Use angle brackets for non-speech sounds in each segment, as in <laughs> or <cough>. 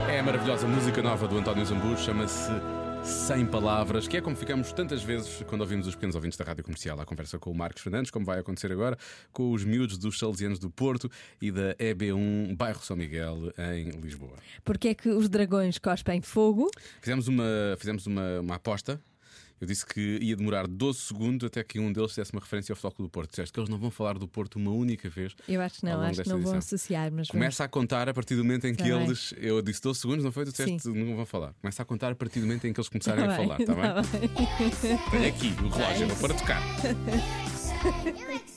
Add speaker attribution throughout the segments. Speaker 1: É maravilhosa música nova do António Zambujo, chama-se Sem Palavras, que é como ficamos tantas vezes quando ouvimos os pequenos ouvintes da rádio comercial. A conversa com o Marcos Fernandes, como vai acontecer agora, com os miúdos dos Salesianos do Porto e da EB1, bairro São Miguel, em Lisboa.
Speaker 2: Porque é que os dragões cospem fogo?
Speaker 1: Fizemos uma, fizemos uma, uma aposta. Eu disse que ia demorar 12 segundos até que um deles fizesse uma referência ao Flóculo do Porto. Disseste que eles não vão falar do Porto uma única vez.
Speaker 2: Eu acho que
Speaker 1: ao
Speaker 2: não,
Speaker 1: longo
Speaker 2: acho que
Speaker 1: desta
Speaker 2: não vão
Speaker 1: edição.
Speaker 2: associar, mas vamos-
Speaker 1: Começa a contar a partir do momento em que
Speaker 2: Tá bem.
Speaker 1: eles. Eu disse 12 segundos, não foi? Tu disseste, não vão falar. Começa a contar a partir do momento em que eles começarem
Speaker 2: Tá
Speaker 1: a
Speaker 2: bem,
Speaker 1: falar, está bem?
Speaker 2: tá bem. Tá
Speaker 1: Olha aqui o relógio vou para tocar.
Speaker 3: Eu é que sei, eu é que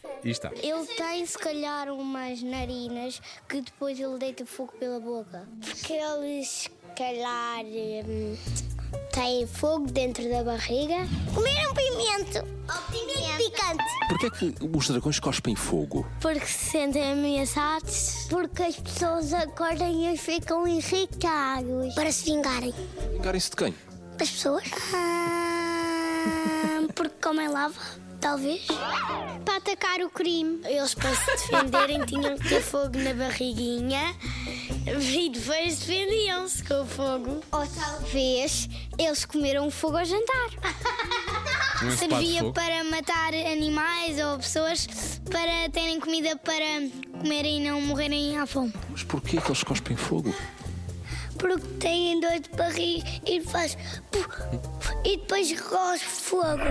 Speaker 3: sei.
Speaker 1: E está. um
Speaker 4: Ele tem, se calhar, umas narinas que depois ele deita fogo pela boca.
Speaker 3: Que eles, se calhar, hum, têm fogo dentro da barriga. Comeram pimento. pimento picante.
Speaker 5: Porquê é que os dragões cospem fogo?
Speaker 3: Porque se sentem ameaçados. Porque as pessoas acordam e ficam irritados. Para se vingarem.
Speaker 5: Vingarem-se de quem?
Speaker 3: As pessoas? Ah, porque comem lava, talvez. Para atacar o crime. Eles, para se defenderem, <laughs> tinham que ter fogo na barriguinha e depois defendiam-se com o fogo. Ou talvez eles comeram fogo ao jantar.
Speaker 1: Um ensopado de
Speaker 3: Servia
Speaker 1: fogo.
Speaker 3: para matar animais ou pessoas para terem comida para comerem e não morrerem à fome.
Speaker 5: Mas porquê é que eles cospem fogo?
Speaker 3: Porque têm dois barris e faz. E depois gospe fogo.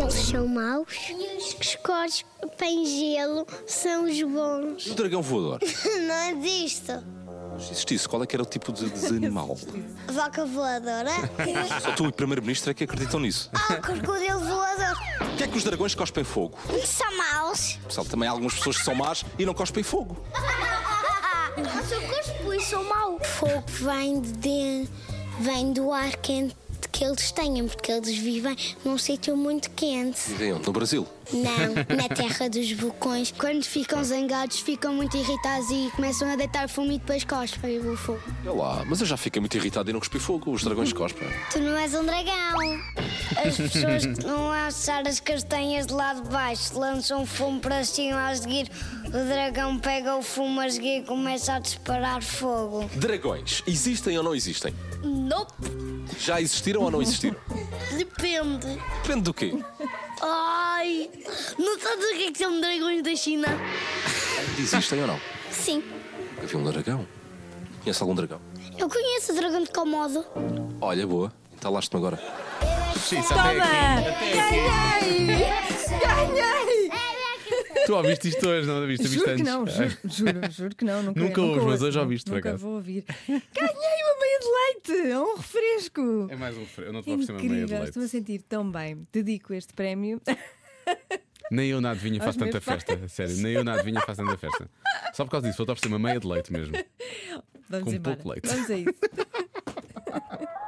Speaker 3: Eles são maus. E os que escorpem gelo são os bons.
Speaker 5: E o Um dragão voador?
Speaker 3: <laughs> Não é existe.
Speaker 5: Se existisse, qual é que era o tipo de, de animal?
Speaker 3: Vaca voadora.
Speaker 5: Só tu e o primeiro-ministro é que acreditam nisso.
Speaker 3: <laughs> ah, crocodilo voador.
Speaker 5: Porquê é que os dragões cospem fogo?
Speaker 3: São maus.
Speaker 5: Pessoal, também há algumas pessoas que são más e não cospem fogo.
Speaker 3: Mas eu cuspo e sou mau. Fogo vem, de, vem do ar quente que eles têm, porque eles vivem num sítio muito quente.
Speaker 5: Vivem onde? No Brasil.
Speaker 3: Não, na terra dos vulcões. Quando ficam zangados, ficam muito irritados e começam a deitar fumo e depois cospem o fogo.
Speaker 5: Olha É lá, mas eu já fiquei muito irritado e não cuspi fogo. Os dragões cospem.
Speaker 3: Tu não és um dragão. As pessoas que não achar as castanhas de lá de baixo lançam fumo para cima a seguir. O dragão pega o fumo a seguir e começa a disparar fogo.
Speaker 5: Dragões, existem ou não existem?
Speaker 3: Nope,
Speaker 5: Já existiram ou não existiram?
Speaker 3: depende.
Speaker 5: Depende do quê?
Speaker 3: Ai, não sabes o que é que são dragões da China?
Speaker 5: Existem ou não?
Speaker 3: Sim,
Speaker 5: Nunca vi um dragão. Conhece algum dragão?
Speaker 3: eu conheço o dragão de Komodo.
Speaker 5: Olha, boa. Entalaste-me agora.
Speaker 1: Isso, até aqui.
Speaker 2: Toma! Ganhei! Ganhei!
Speaker 1: é, Tu ouviste isto hoje, É não ouviste? Ouviste
Speaker 2: Juro que
Speaker 1: antes?
Speaker 2: não, juro, juro, juro que não. Nunca,
Speaker 1: Nunca ouves, mas
Speaker 2: ouço,
Speaker 1: hoje ouviste, por
Speaker 2: Nunca
Speaker 1: acaso.
Speaker 2: vou ouvir. Ganhei uma meia de leite! É um refresco!
Speaker 1: É mais um fre- Eu não te vou oferecer uma meia de
Speaker 2: Incrível,
Speaker 1: leite.
Speaker 2: estou-me a sentir tão bem. Dedico este prémio. <laughs>
Speaker 1: Nem eu na adivinha faço
Speaker 2: meus
Speaker 1: tanta
Speaker 2: pais.
Speaker 1: festa, sério. Nem eu na adivinha faço tanta festa. Só por causa disso, vou-te oferecer uma meia de leite mesmo.
Speaker 2: Vamos
Speaker 1: Com
Speaker 2: embora.
Speaker 1: pouco leite.
Speaker 2: Vamos a isso.